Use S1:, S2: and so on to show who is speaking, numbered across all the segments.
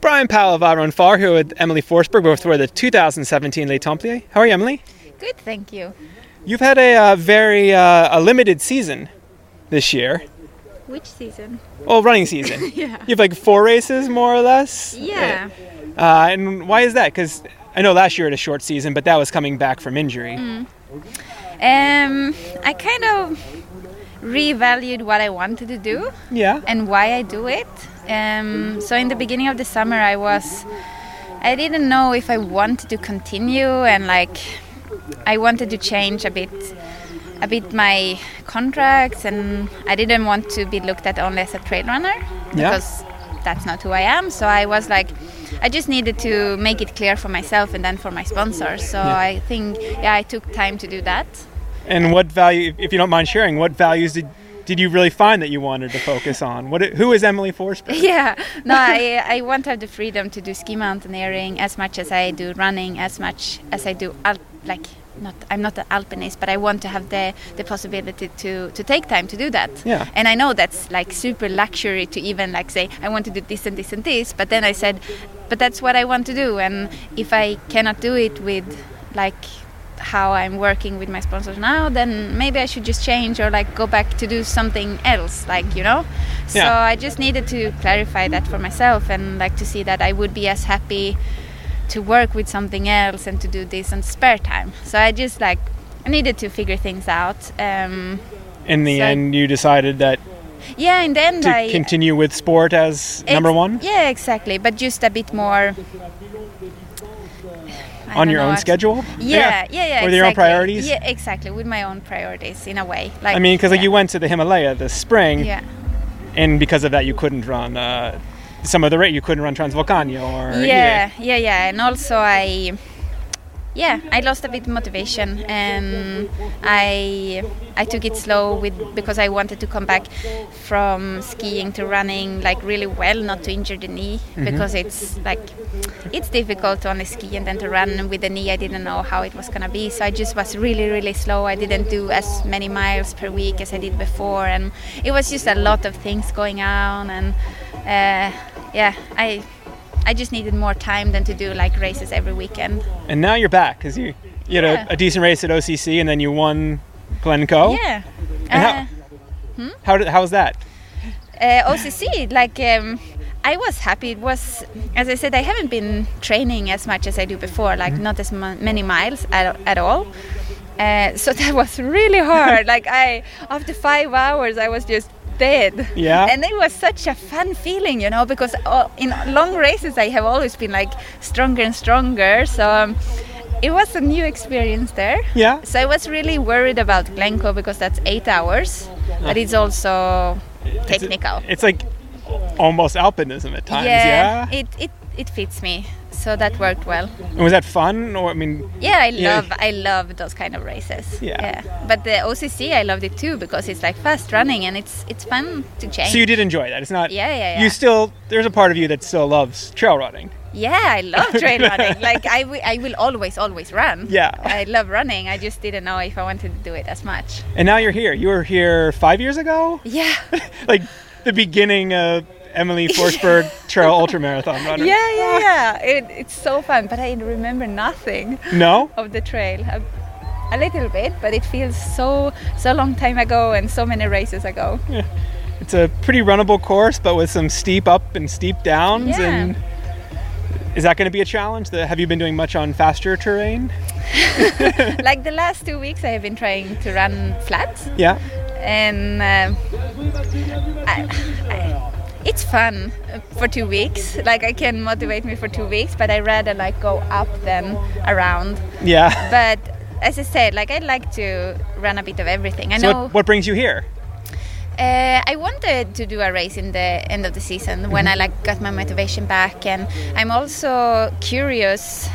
S1: Brian Powell of Iron Far here with Emily Forsberg, both for the 2017 Les Templiers. How are you, Emily?
S2: Good, thank you.
S1: You've had a uh, very uh, a limited season this year.
S2: Which season?
S1: Well, running season.
S2: Yeah.
S1: You have like four races, more or less.
S2: Yeah.
S1: Uh, and why is that? Because I know last year had a short season, but that was coming back from injury.
S2: Mm. Um, I kind of revalued what I wanted to do
S1: Yeah.
S2: and why I do it. Um, so in the beginning of the summer, I was, I didn't know if I wanted to continue and like, I wanted to change a bit, a bit my contracts, and I didn't want to be looked at only as a trail runner
S1: Yeah.
S2: because that's not who I am. So I was like, I just needed to make it clear for myself and then for my sponsors. So
S1: Yeah.
S2: I think, yeah, I took time to do that.
S1: And what value, if you don't mind sharing, what values did did you really find that you wanted to focus on? What? Who is Emily Forsberg?
S2: yeah no I, I want to have the freedom to do ski mountaineering as much as i do running as much as i do alp like not i'm not an alpinist but i want to have the the possibility to to take time to do that
S1: Yeah.
S2: and i know that's like super luxury to even like say i want to do this and this and this but then i said but that's what i want to do and if i cannot do it with like how i'm working with my sponsors now then maybe i should just change or like go back to do something else like you know so
S1: Yeah.
S2: I just needed to clarify that for myself and like to see that I would be as happy to work with something else and to do this in spare time. So I just like I needed to figure things out. Um,
S1: In the
S2: So-
S1: end, you decided that
S2: yeah, in the end
S1: to
S2: I
S1: continue with sport as
S2: ex-
S1: number one
S2: Yeah, exactly. But just a bit more I
S1: on
S2: don't
S1: your
S2: know
S1: own
S2: what-
S1: schedule.
S2: Yeah, yeah, yeah.
S1: With your own
S2: exactly.
S1: priorities?
S2: Yeah, exactly. With my own priorities, in a way. Like
S1: I mean, because like
S2: yeah.
S1: you went to the Himalaya this spring,
S2: Yeah.
S1: and because of that, you couldn't run uh, some of the rate. You couldn't run Transvolcano or E
S2: yeah yeah yeah and also i yeah i lost a bit of motivation and i i took it slow with because i wanted to come back from skiing to running like really well not to injure the knee because it's like it's difficult to only ski and then to run and with the knee i didn't know how it was gonna be so i just was really really slow i didn't do as many miles per week as i did before and it was just a lot of things going on and uh, yeah i I just needed more time than to do like races every weekend.
S1: And now you're back because you you had
S2: Yeah.
S1: a, a decent race at OCC, and then you won Glencoe.
S2: Yeah.
S1: And
S2: Uh,
S1: how- How did, how was that?
S2: uh, OCC, like um, I was happy. It was, as I said, I haven't been training as much as I do before,
S1: Mm-hmm.
S2: like not as mu many miles at, at all. Uh, so that was really hard. like I, after five hours, I was just dead.
S1: Yeah.
S2: And it was such a fun feeling, you know, because all, in long races I have always been like stronger and stronger. So um, it was a new experience there.
S1: Yeah.
S2: So I was really worried about Glencoe because that's eight hours,
S1: Ah.
S2: but it's also
S1: It's-
S2: technical.
S1: It's, like almost alpinism at times. Yeah.
S2: it, it it fits me. So that worked well.
S1: and was that fun? Or I mean,
S2: Yeah, I
S1: Yeah.
S2: love I love those kind of races.
S1: Yeah.
S2: But the OCC I loved it too because it's like fast running and it's it's fun to change.
S1: so you did enjoy that. It's not.
S2: Yeah, yeah,
S1: You
S2: yeah.
S1: still there's a part of you that still loves trail running.
S2: Yeah, I love trail running. Like I wi- I will always always run.
S1: Yeah.
S2: I love running. I just didn't know if I wanted to do it as much.
S1: And now you're here. You were here five years ago,
S2: Yeah.
S1: like the beginning of Emily Forsberg Trail Ultra Marathon runner.
S2: Yeah, yeah, yeah. It, it's so fun, but I remember nothing.
S1: No.
S2: of the trail a, a little bit but it feels so so long time ago and so many races ago
S1: It's a pretty runnable course, but with some steep up and steep downs.
S2: Yeah.
S1: And is that going to be a challenge? The, have you been doing much on faster terrain?
S2: like the last two weeks i have been trying to run flat
S1: Yeah.
S2: and um I, I, it's fun uh, for two weeks like i can motivate me for two weeks but i rather like go up than around
S1: Yeah.
S2: but as i said like i like to run a bit of everything i
S1: so
S2: know
S1: what, what brings you here?
S2: Uh, I wanted to do a race in the end of the season when I
S1: Mm-hmm.
S2: like got my motivation back, and I'm also curious.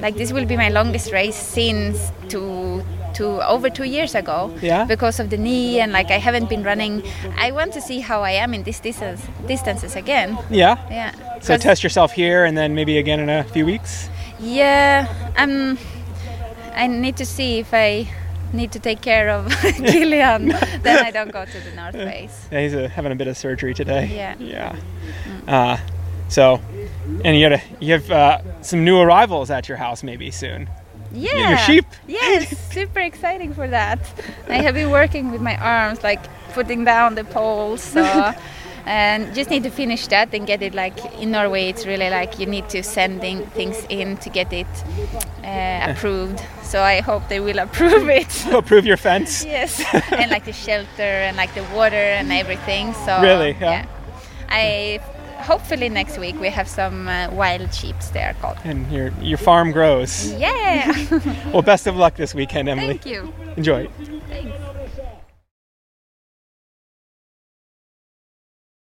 S2: Like this will be my longest race since two, two over two years ago.
S1: Yeah.
S2: Because of the knee and like I haven't been running. I want to see how I am in these distance, distances again.
S1: Yeah.
S2: Yeah.
S1: So
S2: 'Cause-
S1: test yourself here, and then maybe again in a few weeks.
S2: Yeah. Um. I need to see if I need to take care of Gillian. then I don't go to the North Race.
S1: Yeah, he's uh having a bit of surgery today.
S2: Yeah.
S1: Yeah. Uh, so And you got you have uh, some new arrivals at your house maybe soon.
S2: Yeah.
S1: sheep.
S2: Yes, super exciting for that. I have been working with my arms, like putting down the poles. So, and just need to finish that and get it like in Norway. It's really like you need to send in things in to get it uh, approved. So I hope they will approve it.
S1: Approve your fence.
S2: yes, and like the shelter and like the water and everything. So
S1: Really? Yeah.
S2: I hopefully next week we have some uh, wild sheep. They are called.
S1: And your your farm grows.
S2: Yeah.
S1: Well, best of luck this weekend, Emily.
S2: Thank you.
S1: Enjoy.
S2: Thanks.